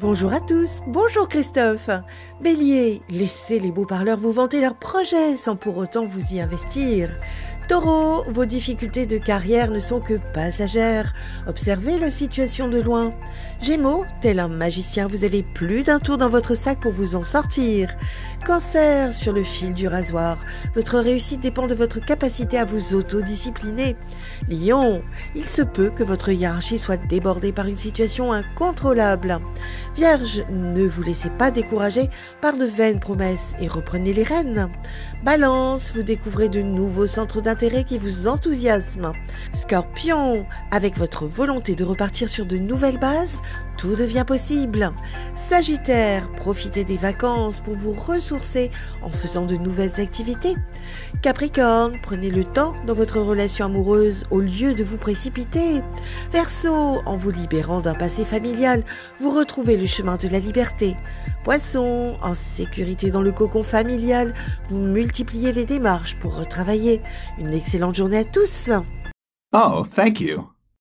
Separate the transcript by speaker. Speaker 1: Bonjour à tous, bonjour Christophe. Bélier, laissez les beaux parleurs vous vanter leurs projets sans pour autant vous y investir. Taureau, vos difficultés de carrière ne sont que passagères. Observez la situation de loin. Gémeaux, tel un magicien, vous avez plus d'un tour dans votre sac pour vous en sortir. Cancer, sur le fil du rasoir, votre réussite dépend de votre capacité à vous autodiscipliner. Lion, il se peut que votre hiérarchie soit débordée par une situation incontrôlable. Vierge, ne vous laissez pas décourager par de vaines promesses et reprenez les rênes. Balance, vous découvrez de nouveaux centres d'intérêt qui vous enthousiasment. Scorpion, avec votre volonté de repartir sur de nouvelles bases, tout devient possible. Sagittaire, profitez des vacances pour vous ressourcer en faisant de nouvelles activités. Capricorne, prenez le temps dans votre relation amoureuse au lieu de vous précipiter. Verseau, en vous libérant d'un passé familial, vous retrouvez le chemin de la liberté. Poisson, en sécurité dans le cocon familial, vous multipliez les démarches pour retravailler. Une excellente journée à tous.
Speaker 2: Oh, thank you.